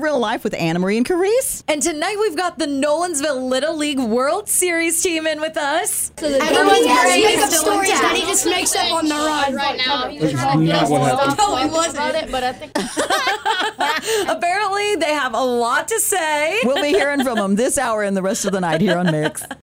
Real Life with Anna Marie and Carice. And tonight we've got the Nolansville Little League World Series team in with us. Everyone's making up stories that he just makes up on the run. right now. not what happened. No, he wasn't. But I think Apparently, they have a lot to say. We'll be hearing from them this hour and the rest of the night here on Mix.